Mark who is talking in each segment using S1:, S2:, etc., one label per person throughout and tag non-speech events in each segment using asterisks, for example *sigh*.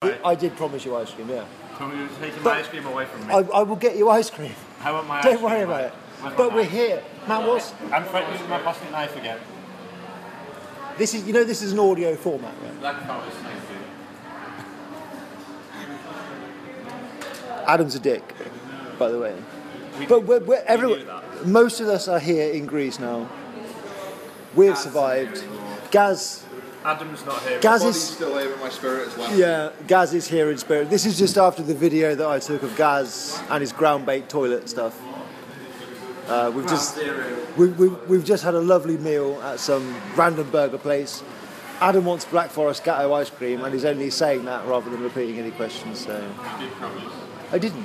S1: I did promise you ice cream, yeah.
S2: Tommy, you're taking
S1: But-
S2: my ice cream away from me.
S1: I, I will get you ice cream.
S2: How about my ice
S1: Don't
S2: cream?
S1: worry about it.
S2: Where's my
S1: But we're
S2: knife?
S1: here. Man, what's,
S2: I'm threatening with my plastic knife again.
S1: this is, you know this is an audio format, right?
S2: Black powder snake,
S1: Adam's a dick, by the way.
S2: We
S1: But we're, we're
S2: knew
S1: everyone, most of us are here in Greece now. We've survived. Gaz,
S2: Adam's not here.
S1: Gaz
S3: Body's
S1: is
S3: still here, but my spirit is well.
S1: yeah, Gaz is here in spirit. This is just after the video that I took of Gaz and his ground bait toilet stuff. Uh, we've just we, we, we've just had a lovely meal at some random burger place. Adam wants Black Forest Gatto ice cream, and he's only saying that rather than repeating any questions. So I didn't.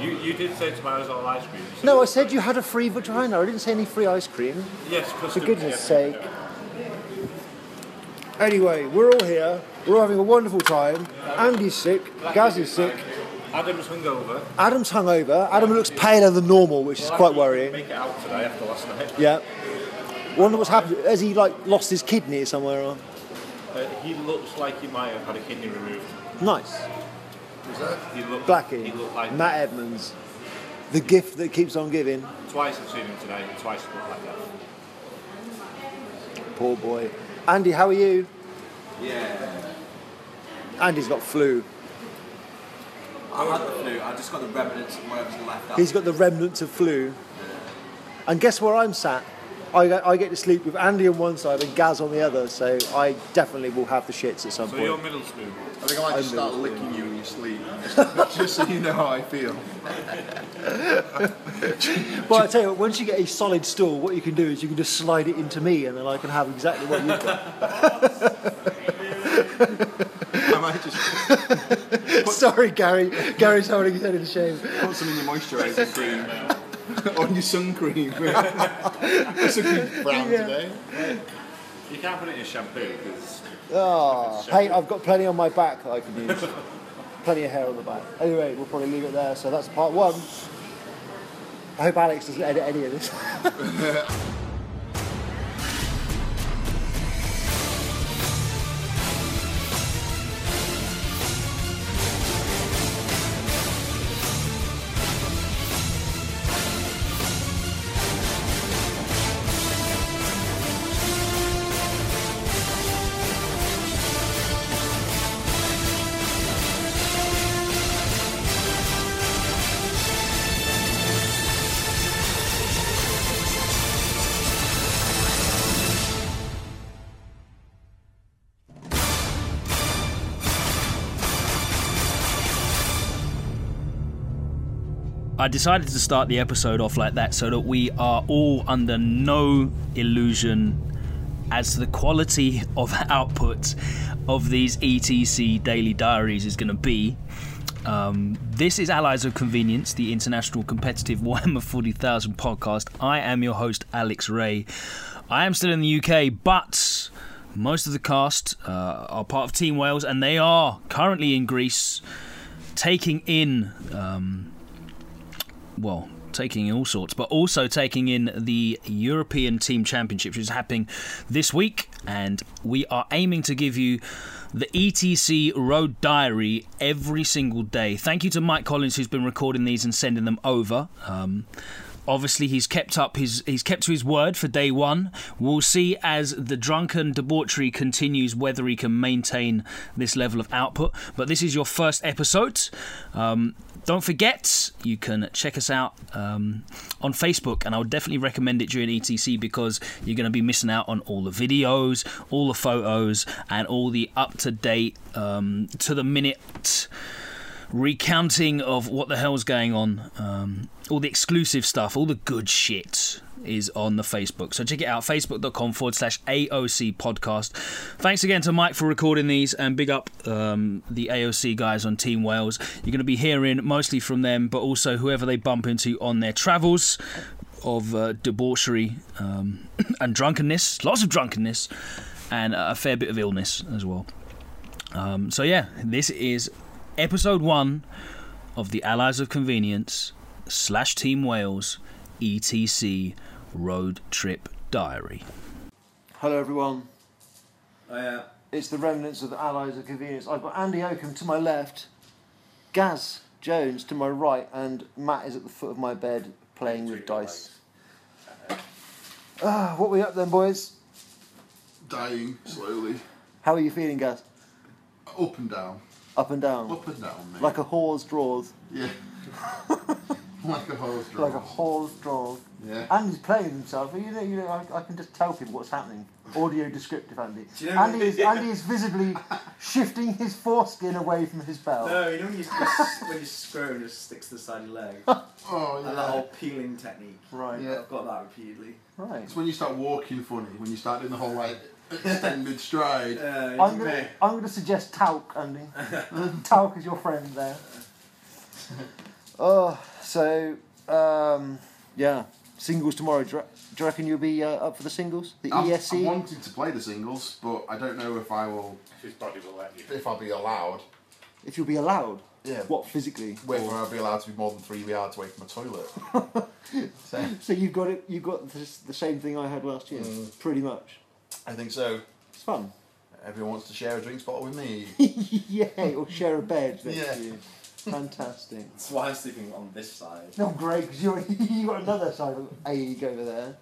S2: You, you did say tomatoes all ice cream. so-
S1: No, I said you had a free vagina. I didn't say any free ice cream.
S2: Yes, custom.
S1: For goodness
S2: yes.
S1: sake. Anyway, we're all here. We're all having a wonderful time. Andy's sick. Gaz is sick.
S2: Adam's hungover.
S1: Adam's hungover. Adam looks paler than normal, which is quite worrying.
S2: Make it out today after last night.
S1: Yeah. Wonder what's happened. Has he like lost his kidney somewhere? Or
S2: Uh, he looks like he might have had a kidney removed.
S1: nice.
S3: Is that?
S2: He looked.
S1: Blackie.
S2: He looked like
S1: Matt Edmonds. The gift that keeps on giving.
S2: twice I've seen him today. and Twice he looked like that.
S1: Poor boy. Andy, how are you?
S4: Yeah.
S1: Andy's got flu.
S4: I had the flu. I just got the remnants of whatever's left out.
S1: He's got the remnants of flu. And guess where I'm sat? I, get- I get to sleep with Andy on one side and Gaz on the other, so I definitely will have the shits at some
S2: So you're
S1: point.
S2: middle spoon.
S3: I think I might just
S1: I'm
S3: start licking you in your sleep, *laughs* just so you know how I feel.
S1: Well, I tell you what, once you get a solid stool, what you can do is you can just slide it into me, and then I can have exactly what you've got.
S3: I might just
S1: *laughs* Sorry, Gary. Gary's holding his head in shame.
S3: put some in your moisturising cream.
S1: *laughs*
S3: On your sun cream. sun cream brown
S1: Yeah.
S3: today.
S2: You can't put it in shampoo because
S1: Oh, hey, I've got plenty on my back that I can use. plenty of hair on the back. Anyway, we'll probably leave it there. So that's part one. I hope Alex doesn't edit any of this. *laughs*
S5: I decided to start the episode off like that so that we are all under no illusion as to the quality of *laughs* output of these ETC daily diaries is going to be. Um, this is Allies of Convenience, the international competitive *laughs* Warhammer 40,000 podcast. I am your host, Alex Ray. I am still in the UK, but most of the cast uh, are part of Team Wales and they are currently in Greece taking in well, taking in all sorts, but also taking in the European Team Championship, which is happening this week. And we are aiming to give you the ETC Road Diary every single day. Thank you to Mike Collins, who's been recording these and sending them over. Um, Obviously, he's kept up his he's kept to his word for day one. We'll see as the drunken debauchery continues whether he can maintain this level of output. But this is your first episode. Um, don't forget you can check us out um, on Facebook, and I would definitely recommend it during ETC because you're going to be missing out on all the videos, all the photos, and all the up to date, um, to the minute recounting of what the hell's going on. Um, all the exclusive stuff, all the good shit is on the Facebook. So check it out, facebook.com forward slash AOC podcast. Thanks again to Mike for recording these and big up um, the AOC guys on Team Wales. You're going to be hearing mostly from them, but also whoever they bump into on their travels of uh, debauchery um, *coughs* and drunkenness, lots of drunkenness, and a fair bit of illness as well. Um, so yeah, this is episode one of the Allies of Convenience slash Team Wales E ETC Road Trip Diary.
S1: Hello, everyone.
S4: Oh, yeah.
S1: It's the remnants of the Allies of Convenience. I've got Andy Oakham to my left, Gaz Jones to my right, and Matt is at the foot of my bed playing with dice. Ah, what we up then, boys?
S3: Dying slowly.
S1: How are you feeling, Gaz?
S3: Up and down.
S1: Up and down,
S3: Up and down, mate.
S1: like a horse draws,
S3: yeah. *laughs* like a horse
S1: like a
S3: drawn.
S1: horse draws.
S3: Yeah.
S1: Andy's playing himself. You know, you know, I, I can just tell people what's happening. Audio descriptive, Andy.
S4: Do you know-
S1: Andy, is, Andy is visibly shifting his foreskin away from his belt.
S4: No, you know when you, when you scroll and just sticks to the side of your leg?
S3: Oh,
S4: Like that
S3: yeah.
S4: whole peeling technique.
S1: Right,
S3: Yeah.
S4: I've got that repeatedly.
S1: right.
S3: It's when you start walking funny, when you start doing the whole like extended stride.
S4: Uh,
S1: I'm
S4: you
S1: gonna,
S4: may-
S1: I'm gonna suggest Talc, Andy. *laughs* Talc is your friend there. *laughs* Oh, so um, yeah, singles tomorrow. Do you, re- do you reckon you'll be uh, up for the singles? The E
S3: I'm,
S1: ESC.
S3: I'm wanting to play the singles, but I don't know if I will,
S2: If his body will let you.
S3: if I'll be allowed,
S1: If you'll be allowed.
S3: Yeah.
S1: What physically?
S3: whether I'll be allowed to be more than three yards away from a toilet. so,
S1: So you've got it. You got this, the same thing I had last year. Pretty much.
S3: I think so.
S1: It's fun. *laughs*
S3: Everyone wants to share a drinks bottle with me.
S1: Yay! Or share a bed next
S3: Yeah.
S1: to you. Fantastic.
S4: That's why I'm sleeping on this side.
S1: No, great because *laughs* you you got another side of ache over there.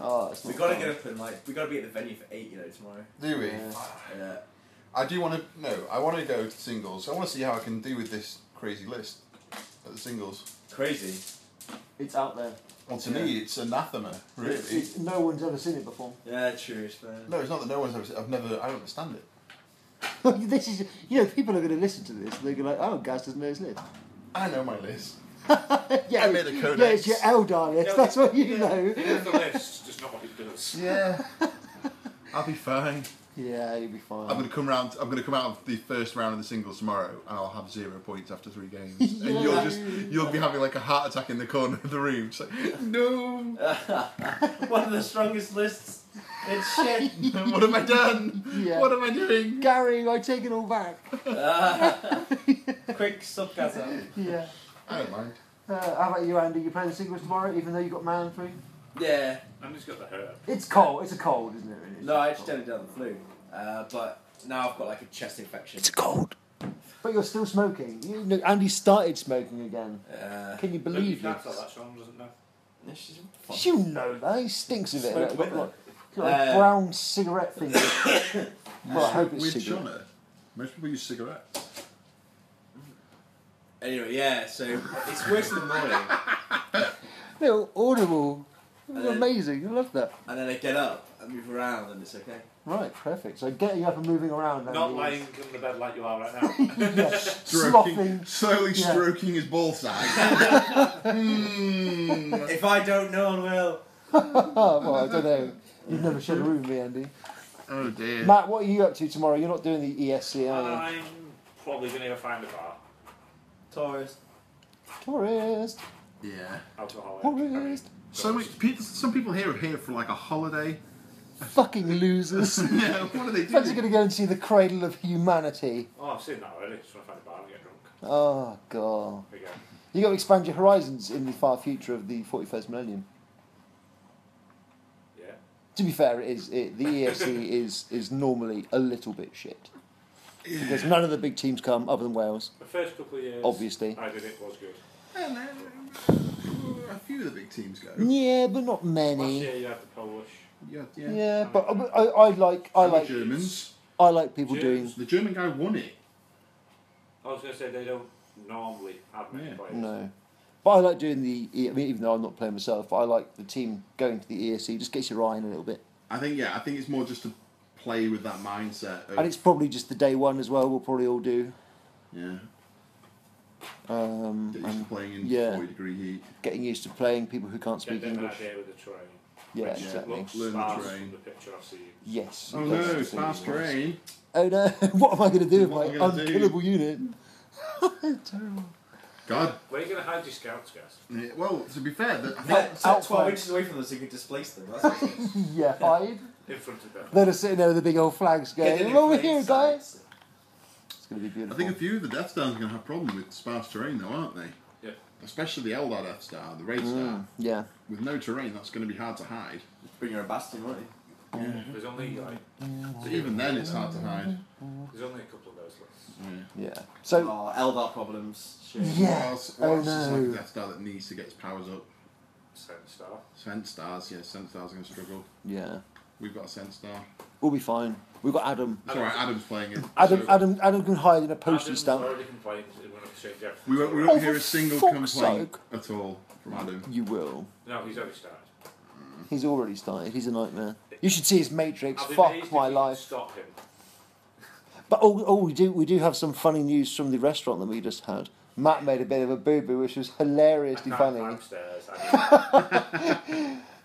S1: Oh, it's
S4: We
S1: not
S4: gotta
S1: fun.
S4: get up and like we gotta be at the venue for eight, you know, tomorrow.
S3: Do we?
S1: Yeah.
S4: Yeah.
S3: I do want to. No, I want to go to singles. I want to see how I can do with this crazy list at the singles.
S4: Crazy.
S1: It's out there.
S3: Well, to
S4: Yeah.
S3: me, it's anathema, really.
S1: It's- *laughs* it's- no one's ever seen it before.
S4: Yeah, true, it's fair.
S3: no, it's not that no one's ever. I've never. I don't understand it.
S1: *laughs* this is, you know, people are going to listen to this. They're going to like, oh, Gaz doesn't know his list.
S3: I know my list.
S1: yeah,
S3: I made a codex.
S1: yeah, it's your Eldar list.
S2: Yeah,
S1: That's what you
S2: yeah.
S1: know.
S2: Here's the list, just not what it does.
S3: Yeah. I'll be fine.
S1: *laughs* Yeah, you'll be fine.
S3: I'm gonna come round. I'm gonna come out of the first round of the singles tomorrow, and I'll have zero points after three games.
S1: *laughs*
S3: And you'll just you'll be having like a heart attack in the corner of the room. It's like, *laughs* no,
S4: *laughs* One of the strongest lists. It's shit.
S3: what have I done?
S1: Yeah.
S3: What am I doing?
S1: Gary, I take it all back.
S4: Quick sub gas out.
S1: yeah.
S3: I don't mind.
S1: Uh, how about you, Andy? You playing the singles tomorrow, even though you got man three?
S4: Yeah.
S2: And he's got the hurt.
S1: It's cold. It's a cold, isn't it? Really? It's
S4: No, I
S1: just a cold.
S4: accidentally done the flu. Uh, but now I've got like a chest infection.
S1: It's a cold. But you're still smoking. You know, Andy started smoking again.
S4: Uh,
S1: Can you
S2: Lindsay
S1: believe
S2: Knapp's
S1: this?
S2: got that song, doesn't know.
S4: yeah, she's
S1: You know that. He stinks of it.
S4: Smoke
S1: Like,
S4: with
S1: like,
S4: it.
S1: like
S4: Uh,
S1: brown cigarette finger. well, I hope it's
S3: With
S1: cigarette.
S3: Shona, most people use cigarettes.
S4: Anyway, yeah, so it's worse in the morning,
S1: Little audible. It
S6: Uh,
S1: was
S4: And then-
S1: amazing. I love that.
S4: and then I get up and move around, and it's okay.
S1: Right, perfect. So getting up and moving around. Andy,
S2: Not
S1: is-
S2: lying in the bed like you are right now.
S1: *laughs* Yeah, sloughing.
S3: Stroking, slowly
S1: Yeah.
S3: stroking his ball sack.
S1: *laughs*
S3: Hmm.
S4: If I don't, no one will.
S1: Oh, well, I don't know. You've never shared a room with me, Andy.
S3: Oh dear.
S1: Matt, what are you up to tomorrow? You're not doing the E ESC, are
S2: I'm probably going to go find a bar.
S4: Taurus.
S1: you? Tourist,
S3: Yeah.
S2: Alcoholic.
S1: tourist,
S3: So many, pe- some people here are here for like a holiday. *laughs*
S1: fucking losers. *laughs*
S3: yeah. What are they
S1: Fancy
S3: doing?
S1: going to go and see the cradle of humanity.
S2: Oh, I've seen that already. Just want to find a bar and get drunk.
S1: Oh god,
S2: Again.
S1: you got to expand your horizons in the far future of the 41st millennium.
S2: Yeah.
S1: To be fair, it is it, the ESC is is normally a little bit shit because none of the big teams come other than Wales,
S2: The first couple of years.
S1: obviously.
S2: I did it was good.
S3: And, uh, A few of the big teams go.
S1: Yeah, but not
S2: Last
S1: many.
S2: year you had the Polish.
S3: Yeah, yeah.
S1: Yeah, but I, I, I like I
S3: And the
S1: like
S3: Germans.
S1: I like people
S2: Germans.
S3: The German guy won it.
S2: I was going to say they don't normally have many
S3: Yeah.
S2: players.
S1: doing no, but I like doing the. E- I mean, even though I'm not playing myself, but I like the team going to the ESC. Just gets your eye in a little bit,
S3: I think yeah. I think it's more just to play with that mindset. Of,
S1: and it's probably just the day one as well. We'll probably all do
S3: yeah.
S1: um,
S3: It's
S1: and
S3: playing in
S1: yeah.
S3: 40 degree heat.
S1: getting used to playing people who can't
S2: Get
S1: speak
S2: them an
S1: English.
S2: idea with the terrain.
S1: Yeah,
S2: Which
S1: exactly.
S2: Looks
S3: Learn the
S2: sparse
S3: terrain.
S2: from the picture I've seen.
S1: Yes.
S3: Oh
S1: that's
S3: no,
S1: the
S3: it's
S1: thing,
S3: fast
S1: yes.
S3: rain.
S1: Oh no! *laughs* what am I going to do with my
S3: What am I gonna do?
S1: unkillable unit? Terrible.
S3: God.
S2: Where are you going to hide your scouts, guys?
S3: eh, Well, to be fair, that, I
S4: Yeah,
S3: thought,
S4: so
S1: outside.
S4: 12 inches away from them so you can displace them. That's
S1: *laughs*
S4: okay.
S1: *laughs* Yeah, hide.
S2: In front of them.
S1: They're just sitting there with the big old flags
S4: Get
S1: going.
S4: in
S1: "We're over
S4: plain
S1: here,
S4: sight.
S1: guys. It's going to be
S3: I
S1: beautiful.
S3: think a few of the Death Stars are going to have problem with sparse terrain, though, aren't they?
S2: Yeah.
S3: Especially the Eldar Death Star, the Raid Star.
S1: yeah.
S3: With no terrain, that's going to be hard to hide.
S4: Bring your own bastion, won't you?
S2: There's only like
S3: Even then, it's hard to hide.
S2: there's only a couple of those left.
S1: Yeah. So
S6: Oh, Eldar problems.
S1: *laughs*
S6: Shit.
S3: What
S1: yeah.
S3: else? What
S1: Oh
S3: else is like a
S1: no.
S3: Death Star that needs to get its powers up?
S2: Send star.
S3: Sven Stars, yeah, Sven Stars are going to struggle.
S1: Yeah.
S3: We've got a Sven Star.
S1: We'll be fine. We've got Adam.
S3: It's alright, Adam's playing it.
S1: Adam.
S3: so
S1: Adam. Adam can hide in a postage
S2: Adam's
S1: stamp.
S2: already complained that we're not changing everything.
S3: We won't, we
S1: Oh,
S3: won't
S1: for
S3: hear a single
S1: fuck's
S3: complaint
S1: sake.
S3: at all from Adam.
S1: You will.
S2: No, he's already started.
S1: He's already started. He's a nightmare. You should see his Matrix.
S2: I'll be amazed
S1: Fuck
S2: if
S1: my
S2: you
S1: life.
S2: Stop him.
S1: But oh, oh, we do we do have some funny news from the restaurant that we just had. Matt made a bit of a boo boo, which was hilariously
S2: Can't climb
S3: *laughs*
S1: funny.
S2: stairs.
S1: *laughs*
S2: I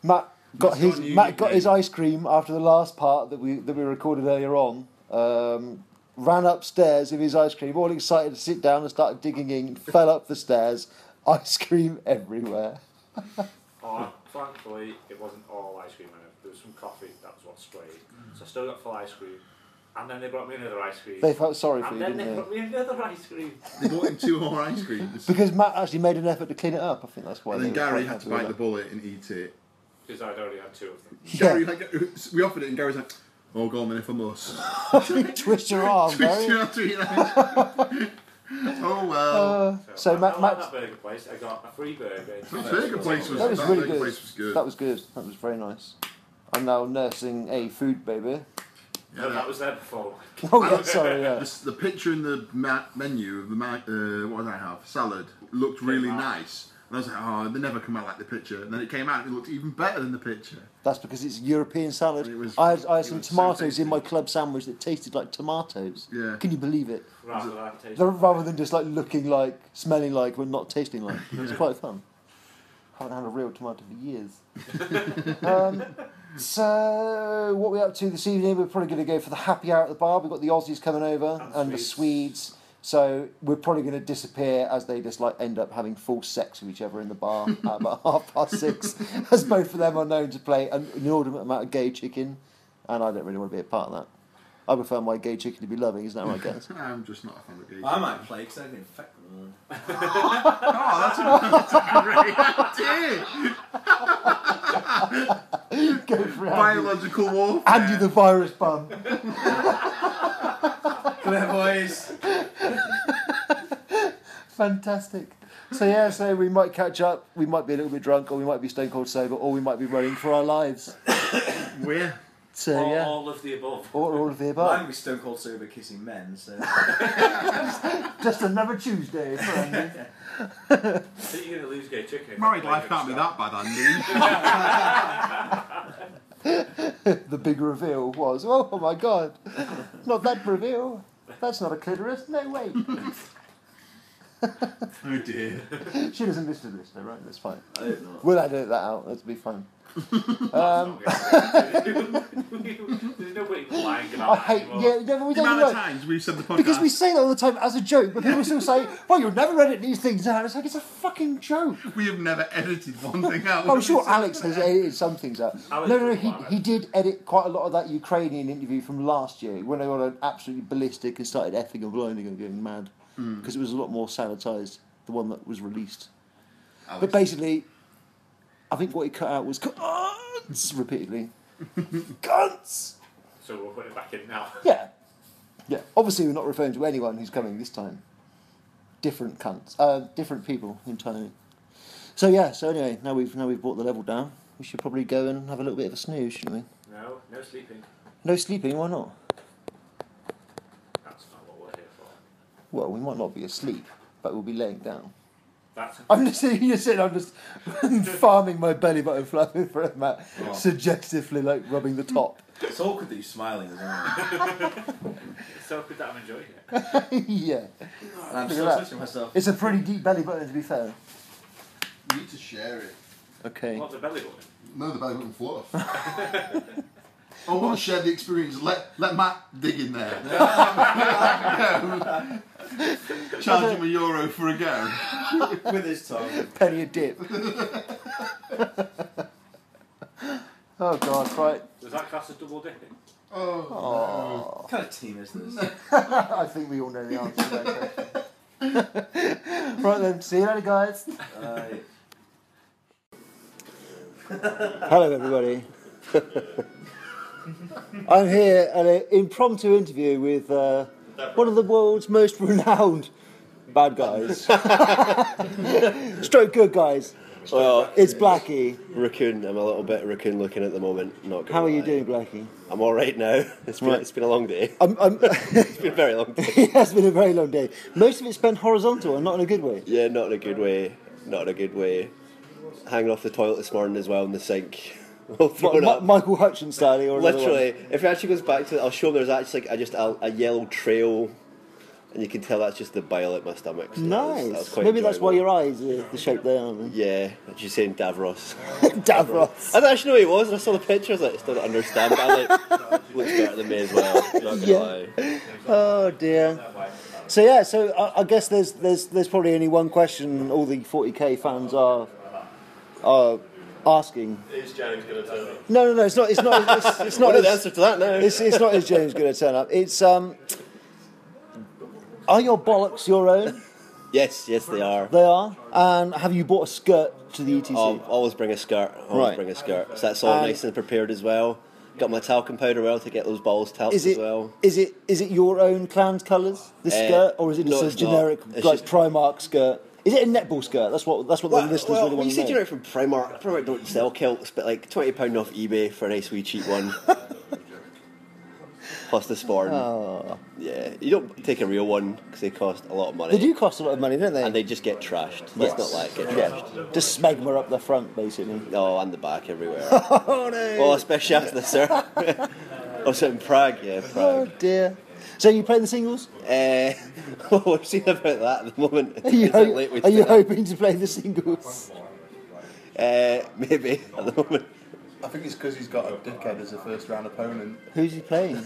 S1: Matt got
S3: That's
S1: his
S3: on you,
S1: Matt got
S3: Nicky.
S1: his ice cream after the last part that we that we recorded earlier on. Um, ran upstairs with his ice cream, all excited to sit down and start digging in. *laughs* fell up the stairs, ice cream *laughs* everywhere.
S2: Or, thankfully, it wasn't all ice cream in it. There was some coffee. That was what sprayed. So I still got full ice cream. And then they brought me another ice cream.
S1: Mm. They felt sorry for
S2: and
S1: you,
S2: then
S1: didn't
S2: they
S1: they?
S2: brought me another ice cream.
S3: They bought him two more ice
S1: *laughs*
S3: creams.
S1: Because Matt actually made an effort to clean it up. I think that's why.
S3: And then
S1: they were
S3: Gary
S1: quite
S3: had
S1: happy
S3: to
S1: with
S3: bite the
S1: that.
S3: bullet and eat it.
S2: Because I'd already had two of them.
S3: Gary, like, *laughs* we offered it and Gary's like, oh, go on then if I must. *laughs*
S1: Twist your arm,
S3: Twist
S1: Gary.
S3: your arm to eat that. *laughs* Oh, well.
S1: So
S2: I,
S1: Matt, Matt,
S2: I like that burger place. I got a free burger. and two
S3: That
S2: burgers.
S3: burger place was,
S1: that was really
S3: burger
S1: good.
S3: place was good.
S1: That was good. That was very nice. I'm now nursing a food
S3: *laughs*
S1: baby.
S2: No, that was there before.
S1: Oh yeah, *laughs* sorry. Yeah.
S3: This- the picture in the ma- menu of the ma- uh, what did I have? Salad looked really
S2: out.
S3: nice, and I was like, oh, they never come out like the picture. And then it came out, and it looked even better than the picture. *laughs*
S1: That's because it's European salad.
S3: It was-
S1: I had, I had
S3: it
S1: some
S3: was so
S1: tomatoes in my
S3: tasty.
S1: club sandwich that tasted like tomatoes.
S3: Yeah.
S1: Can you believe it?
S2: Rather than taste.
S1: They're- Rather than just like looking like, smelling like, but not tasting like. It was quite fun. Haven't had a real tomato for years. um, so what we up to this evening? We're probably going to go for the happy hour at the bar. We've got the Aussies coming over and,
S2: And
S1: the
S2: Swedes.
S1: Swedes. So we're probably going to disappear as they just like end up having full sex with each other in the bar at about half past six, as both of them are known to play an inordinate amount of gay chicken, and I don't really want to be a part of that. I prefer my gay chicken to be loving, isn't that right, guys? *laughs*
S3: I'm just not a fan of these.
S6: I might play because I didn't infect them.
S3: Oh, Dear,
S1: go for it, Andy.
S3: biological warfare.
S1: Andy the virus bum.
S6: Come here, boys.
S1: Fantastic. So yeah, so we might catch up. We might be a little bit drunk, or we might be stone cold sober, or we might be running for our lives.
S3: We're
S1: So
S3: Oh,
S2: all,
S1: yeah,
S2: all of the above.
S1: or all of the
S6: I'm
S1: above.
S6: gonna be stone cold sober kissing men,
S1: *laughs*
S6: so
S1: Just another Tuesday. For Andy.
S3: *laughs*
S2: So you're going to lose gay chicken.
S3: married life can't be that bad,
S1: *laughs*
S3: Andy.
S1: the big reveal was, oh my god, not that reveal. That's not a clitoris. No wait.
S3: oh dear.
S1: She doesn't listen to this, though, right? That's fine.
S6: I don't know.
S1: We'll edit that out. That'll be fine.
S2: Um, *laughs* There's no way
S1: *laughs*
S2: you're lying
S1: Um, I
S2: about that
S1: hate.
S2: anymore.
S1: Yeah, no, we don't
S3: The amount of
S1: know.
S3: times we've said the podcast.
S1: Because we say that all the time as a joke, but people still say, "Well, you'll never edit these things out." It's like it's a fucking joke.
S3: we have never edited
S1: *laughs*
S3: one thing out.
S1: Oh, I'm
S3: *laughs*
S1: sure Alex has edited some things out.
S2: Alex
S1: no, no, no.
S2: did
S1: He,
S2: one,
S1: he did edit quite a lot of that Ukrainian interview from last year when I got absolutely ballistic and started effing and blinding and going mad because it was a lot more sanitized. The one that was released,
S3: Alex.
S1: but basically, I think what he cut out was cunts repeatedly. cunts.
S2: So we'll put it back in now.
S1: Yeah, yeah. Obviously, we're not referring to anyone who's coming this time. Different cunts, uh, different people entirely. So yeah. So anyway, now we've now we've brought the level down. We should probably go and have a little bit of a snooze, shouldn't we?
S2: *laughs* No, no sleeping.
S1: No sleeping. Why not?
S2: That's not what we're here for.
S1: Well, we might not be asleep, but we'll be laying down. *laughs*
S2: That's
S1: I'm just sitting here sitting. I'm just *laughs* farming my belly button, flapping for Matt, suggestively like rubbing the top. *laughs*
S6: It's awkward that you're smiling as well.
S2: so good that I'm enjoying it.
S1: yeah,
S6: And I'm
S1: Look at
S6: still
S1: that.
S6: touching myself.
S1: it's a pretty deep belly button to be fair.
S3: We need to share it.
S1: Okay.
S2: What's a belly button?
S3: No, the bag wouldn't fluff. *laughs* I want to share the experience. Let let Matt dig
S1: *laughs*
S3: in there. Charge him a euro for a go.
S6: *laughs* With his tongue.
S1: penny a dip. *laughs* oh God! Right,
S2: Does that class as double dipping?
S3: Oh,
S6: What kind of team is this?
S1: I think we all know the answer to that question. *laughs* right then, see you later, guys.
S6: Uh,
S1: Hello, everybody. *laughs* I'm here at an impromptu interview with uh, one of the world's most renowned bad guys. *laughs* Stroke good guys.
S6: *laughs* Well,
S1: It's Blackie.
S6: raccoon. I'm a little bit raccoon looking at the moment. Not gonna
S1: How are you
S6: lie.
S1: doing, Blackie?
S6: I'm all right now. *laughs* It's been, it's been a long day. *laughs*
S1: I'm, I'm *laughs*
S6: It's been a very long day.
S1: it has been a very long day. Most of it's been horizontal and not in a good way.
S6: Yeah, not in a good way. Not in a good way. Hanging off the toilet this morning as well in the sink. *laughs* All
S1: Mi-
S6: thrown up.
S1: Michael Hutchins style or another one.
S6: uh, Literally, if it actually goes back to, I'll show them. There's actually like a, just a, a yellow trail, and you can tell that's just the bile at my stomach. So that was-
S1: Nice.
S6: that was quite
S1: Maybe that's why
S6: enjoyable.
S1: your eyes are the shape they are. *laughs* then.
S6: Yeah, what you saying, Davros? *laughs*
S1: Davros.
S6: I didn't actually know who he was, and I saw the pictures. I still don't understand, but I like *laughs* looks better than me as well. Not gonna
S1: Yeah.
S6: lie.
S1: Oh dear. So yeah, so I, I guess there's there's there's probably only one question all the 40k fans are are asking.
S2: Is James going to turn up?
S1: No, no, no. It's not. It's not. It's,
S6: *laughs*
S1: it's
S6: What
S1: not.
S6: is the
S1: as,
S6: answer to that now?
S1: it's, it's not. Is James going to turn up? It's um. Are your bollocks your own?
S6: Yes, yes, they are.
S1: They are. And have you bought a skirt to the E ETC?
S6: Al- Oh, always bring a skirt. Always
S1: Right.
S6: bring a skirt. So that's all
S1: And-
S6: nice and prepared as well. Got my talcum powder well to get those balls talced
S1: is it?
S6: as well.
S1: Is it? Is it your own clan's colours? The
S6: Uh,
S1: skirt, or is it
S6: no,
S1: just a
S6: it's not.
S1: generic
S6: It's
S1: like
S6: just-
S1: Primark skirt? Is it a netball skirt? That's what. That's what the listeners really
S6: when
S1: want to
S6: you said
S1: know.
S6: you're out from Primark. Primark don't sell kilts, but like twenty pound off eBay for a nice wee
S1: *laughs*
S6: cheap one. Plus the sporn.
S1: Ah.
S6: Yeah, you don't take a real one because they cost a lot of money.
S1: They do cost a lot of money, don't they?
S6: And they just get trashed. Let's
S1: Yes.
S6: not like get
S1: yeah,
S6: trashed.
S1: just smegma up the front, basically.
S6: Oh, and the
S1: *laughs*
S6: back everywhere. oh no! Well, especially after the sir. *laughs* Also in Prague, yeah,
S1: Oh
S6: Prague.
S1: dear. So you playing the singles? *laughs*
S6: *laughs* Eh, we'll see about that at the moment.
S1: Are you,
S6: It's a
S1: ho-
S6: late way
S1: are
S6: to
S1: you
S6: do
S1: hoping to play the singles?
S6: that. Eh, maybe at the moment.
S3: I think it's because he's got a dickhead as a first round opponent.
S1: Who's he playing? *laughs*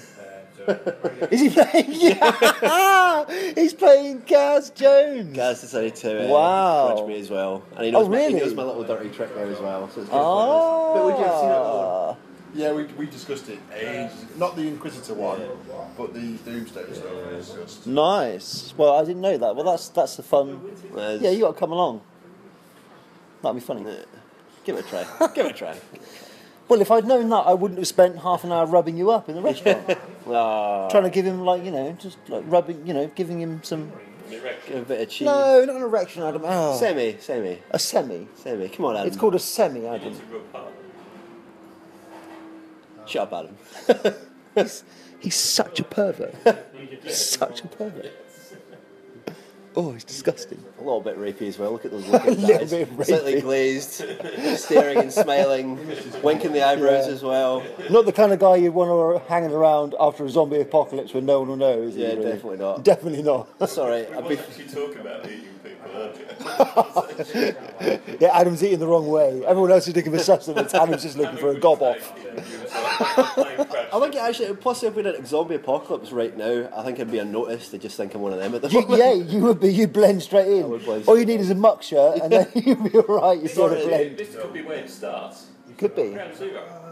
S1: Is he playing? *laughs* Yeah, he's playing Gaz Jones.
S6: Gaz decided to uh,
S1: Wow.
S6: grudge me as well, and he knows,
S1: Oh,
S6: my, he
S1: really?
S6: knows my little dirty trick now as well. So it's good
S1: Oh.
S3: But would you have seen it all? Yeah, we, we discussed it ages. Not the Inquisitor one, but the Doomsday stuff. we discussed.
S1: Nice. Well, I didn't know that. Well, that's that's the fun.
S6: fun. Whereas-
S1: Yeah, you got to come along. That'd be funny.
S6: give it a
S1: *laughs*
S6: try. give it a try.
S1: Well, if I'd known that, I wouldn't have spent half an hour rubbing you up in the restaurant, *laughs*
S6: Oh,
S1: trying to give him like you know, just like rubbing, you know, giving him some.
S6: give it a bit of cheese.
S1: No, not an erection, Adam. Oh.
S6: Semi, semi,
S1: A semi.
S6: semi. Come on, Adam.
S1: It's called a semi, Adam.
S6: Shut up, Adam.
S1: *laughs* He's, he's such a *laughs* pervert. such a pervert. Oh, he's disgusting.
S6: A little bit rapey as well. Look at those
S1: *laughs*
S6: looking
S1: little
S6: eyes.
S1: bit rapey.
S6: Slightly glazed, staring and smiling, winking the eyebrows
S1: Yeah.
S6: as well.
S1: Not the kind of guy you want to hanging around after a zombie apocalypse when no one will know, is he?
S6: Yeah,
S1: really?
S6: definitely not.
S1: Definitely not. *laughs*
S6: That's all right. I'd be
S2: actually talking about eating people earlier.
S1: Yeah, Adam's eating the wrong way. Everyone else is looking for sustenance. Adam's just looking for a gob
S6: *laughs*
S1: off.
S6: I think it actually, plus if we did a zombie apocalypse right now, I think I'd be unnoticed. They just think I'm one of them at the
S1: You,
S6: moment.
S1: yeah, you would be. You blend straight in.
S6: would blend
S1: All you need is a muck shirt, and then *laughs* you'd be all right. You'd sort of blend.
S2: This could be where it starts.
S1: Could be.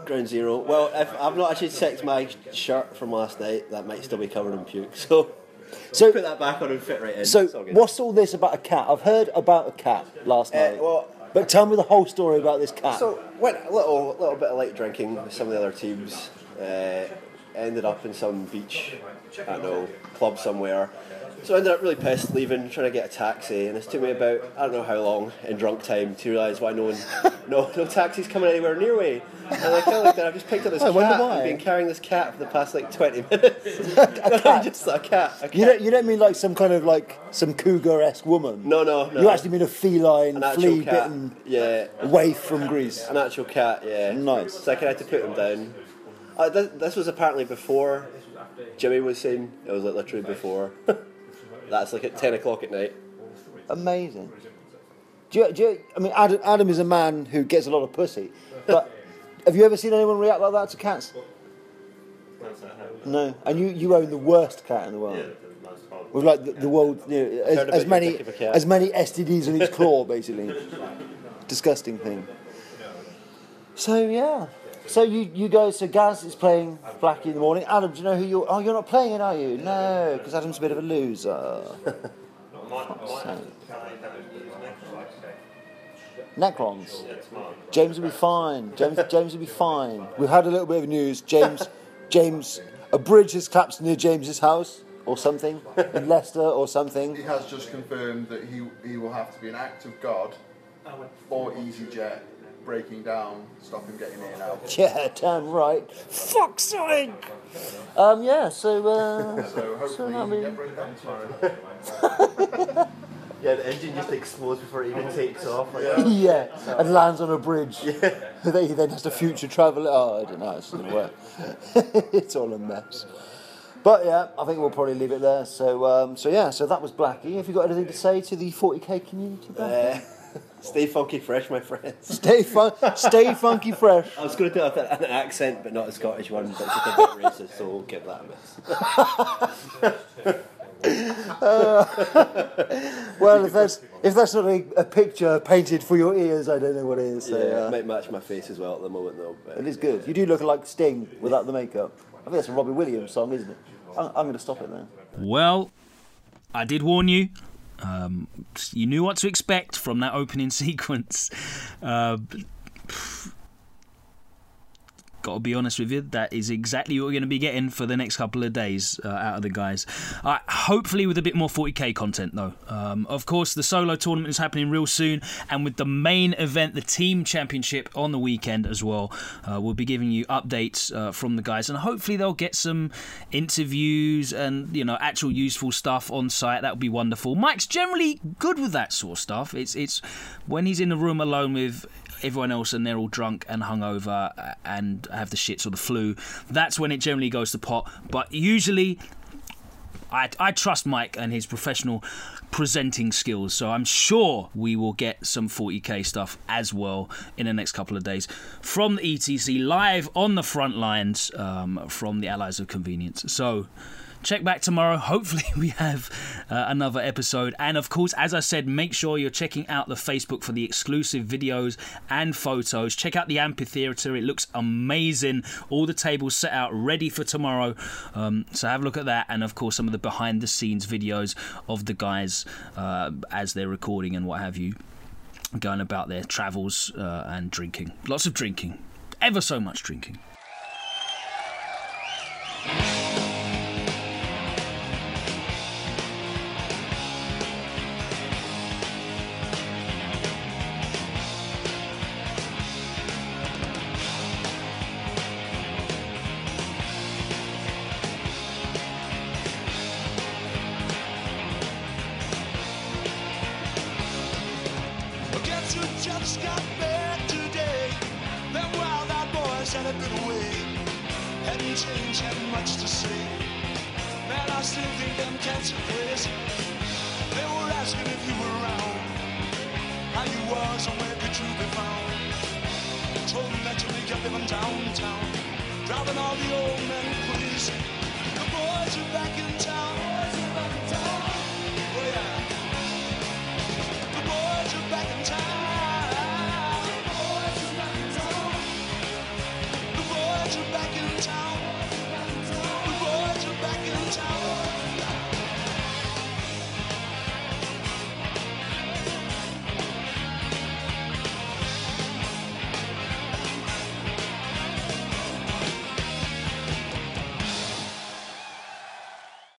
S6: Ground zero. Well, if I've not actually checked my shirt from last night, that might still be covered in puke. So,
S1: So-
S6: put that back on and fit right in.
S1: So,
S6: It's all good.
S1: what's all this about a cat? I've heard about a cat last
S6: Eh,
S1: night.
S6: well-
S1: but tell me the whole story about this cat.
S6: So went a little little bit of light drinking with some of the other teams. Uh, ended up in some beach, I don't know, club somewhere. So I ended up really pissed leaving, trying to get a taxi, and it's took me about I don't know how long in drunk time to realise why no
S1: *laughs*
S6: one, no no taxis coming anywhere near me. And I kind of like that I've just picked up
S1: *laughs*
S6: this
S1: I wonder
S6: cat.
S1: why.
S6: I've been carrying this cat for the past like twenty *laughs* minutes.
S1: *laughs*
S6: a
S1: cat?
S6: just a cat. A cat.
S1: you don't, you don't mean like some kind of like some cougar-esque woman.
S6: no, no, no.
S1: You actually mean a feline,
S6: an actual cat.
S1: flea-bitten
S6: Yeah,
S1: waif from Greece.
S6: An actual cat, yeah.
S1: Nice.
S6: So I kind of had to put him down. Uh, th- this was apparently before Jimmy was seen. It was like literally before. *laughs* That's like at 10 o'clock at night.
S1: Amazing. Do you, do you, I mean, Adam, Adam is a man who gets a lot of pussy, *laughs* but have you ever seen anyone react like that to cats? No, and you, you own the worst cat in the world. With like the, the world, you know, as,
S6: heard about
S1: as
S6: your
S1: many
S6: dick of a cat.
S1: as many STDs in each claw,
S6: *laughs*
S1: basically. Disgusting thing. So yeah, so you you go. So Gaz is playing Blackie in the morning. Adam, do you know who you're? Oh, you're not playing it, are you? No, because Adam's a bit of a loser. Necrons. James *laughs* will be fine. James, James will be fine. We've had a little bit of news. James, James, a bridge has collapsed near James's house or something in *laughs* Leicester or
S3: He
S1: something. *laughs*
S3: has just confirmed that he he will have to be an act of God or EasyJet breaking down, stop him getting in and out.
S1: Yeah, damn right. Fuck's sake! Um, yeah, so, uh,
S3: So hopefully
S1: that'll
S3: he can
S1: be-
S3: get broken down tomorrow.
S7: Yeah, the engine just explodes before it even takes off. Like,
S1: *laughs* yeah, and lands on a bridge. *laughs* Then he then has to future travel. Oh, I don't know, it's doesn't work. *laughs* it's all a mess. But yeah, I think we'll probably leave it there. So, um, so yeah, so that was Blackie. Have you got anything to say to the 40k community? Blackie?
S6: Uh, stay funky fresh, my friends.
S1: Stay fun, stay funky fresh.
S6: I was going to do it with an accent, but not a Scottish one, but it's a bit racist, so we'll give that a miss.
S1: *laughs* Well, if that's if that's not a, a picture painted for your ears, I don't know what it is. So,
S6: Yeah, it
S1: uh,
S6: might match my face as well at the moment, though. But
S1: it is good. You do look like Sting without the makeup. I think that's a Robbie Williams song, isn't it? I'm, I'm going to stop it there.
S5: Well, I did warn you. Um, you knew what to expect from that opening *laughs* sequence. Uh, Got to be honest with you, that is exactly what we're going to be getting for the next couple of days uh, out of the guys. Uh, hopefully, with a bit more 40k content, though. Um, of course, the solo tournament is happening real soon, and with the main event, the team championship, on the weekend as well, uh, we'll be giving you updates uh, from the guys, and hopefully, they'll get some interviews and you know actual useful stuff on site. That would be wonderful. Mike's generally good with that sort of stuff. It's it's when he's in the room alone with everyone else and they're all drunk and hungover uh, and have the shits or the flu. That's when it generally goes to pot. But usually, I, I trust Mike and his professional presenting skills. So I'm sure we will get some 40k stuff as well in the next couple of days from the ETC live on the front lines um, from the Allies of Convenience. So. Check back tomorrow. *laughs* Hopefully, we have uh, another episode. And of course, as I said, make sure you're checking out the Facebook for the exclusive videos and photos. Check out the amphitheatre, it looks amazing. All the tables set out ready for tomorrow. Um, so have a look at that. And of course, some of the behind the scenes videos of the guys uh, as they're recording and what have you, going about their travels uh, and drinking. Lots of drinking, ever so much drinking.
S8: Guess who just got back today? Them wild eyed boys had a good way. Hadn't changed, hadn't much to say. Man, I still think them cats are crazy. They were asking if you were around. How you was and where could you be found? Told them that you make a living downtown. Driving all the old men crazy. Oh,